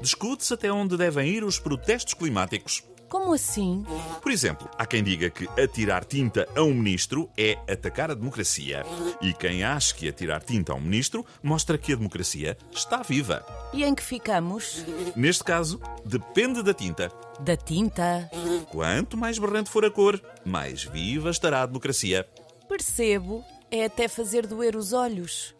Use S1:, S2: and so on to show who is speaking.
S1: Discute-se até onde devem ir os protestos climáticos.
S2: Como assim?
S1: Por exemplo, há quem diga que atirar tinta a um ministro é atacar a democracia. E quem acha que atirar tinta a um ministro mostra que a democracia está viva.
S2: E em que ficamos?
S1: Neste caso, depende da tinta.
S2: Da tinta?
S1: Quanto mais berrante for a cor, mais viva estará a democracia.
S2: Percebo. É até fazer doer os olhos.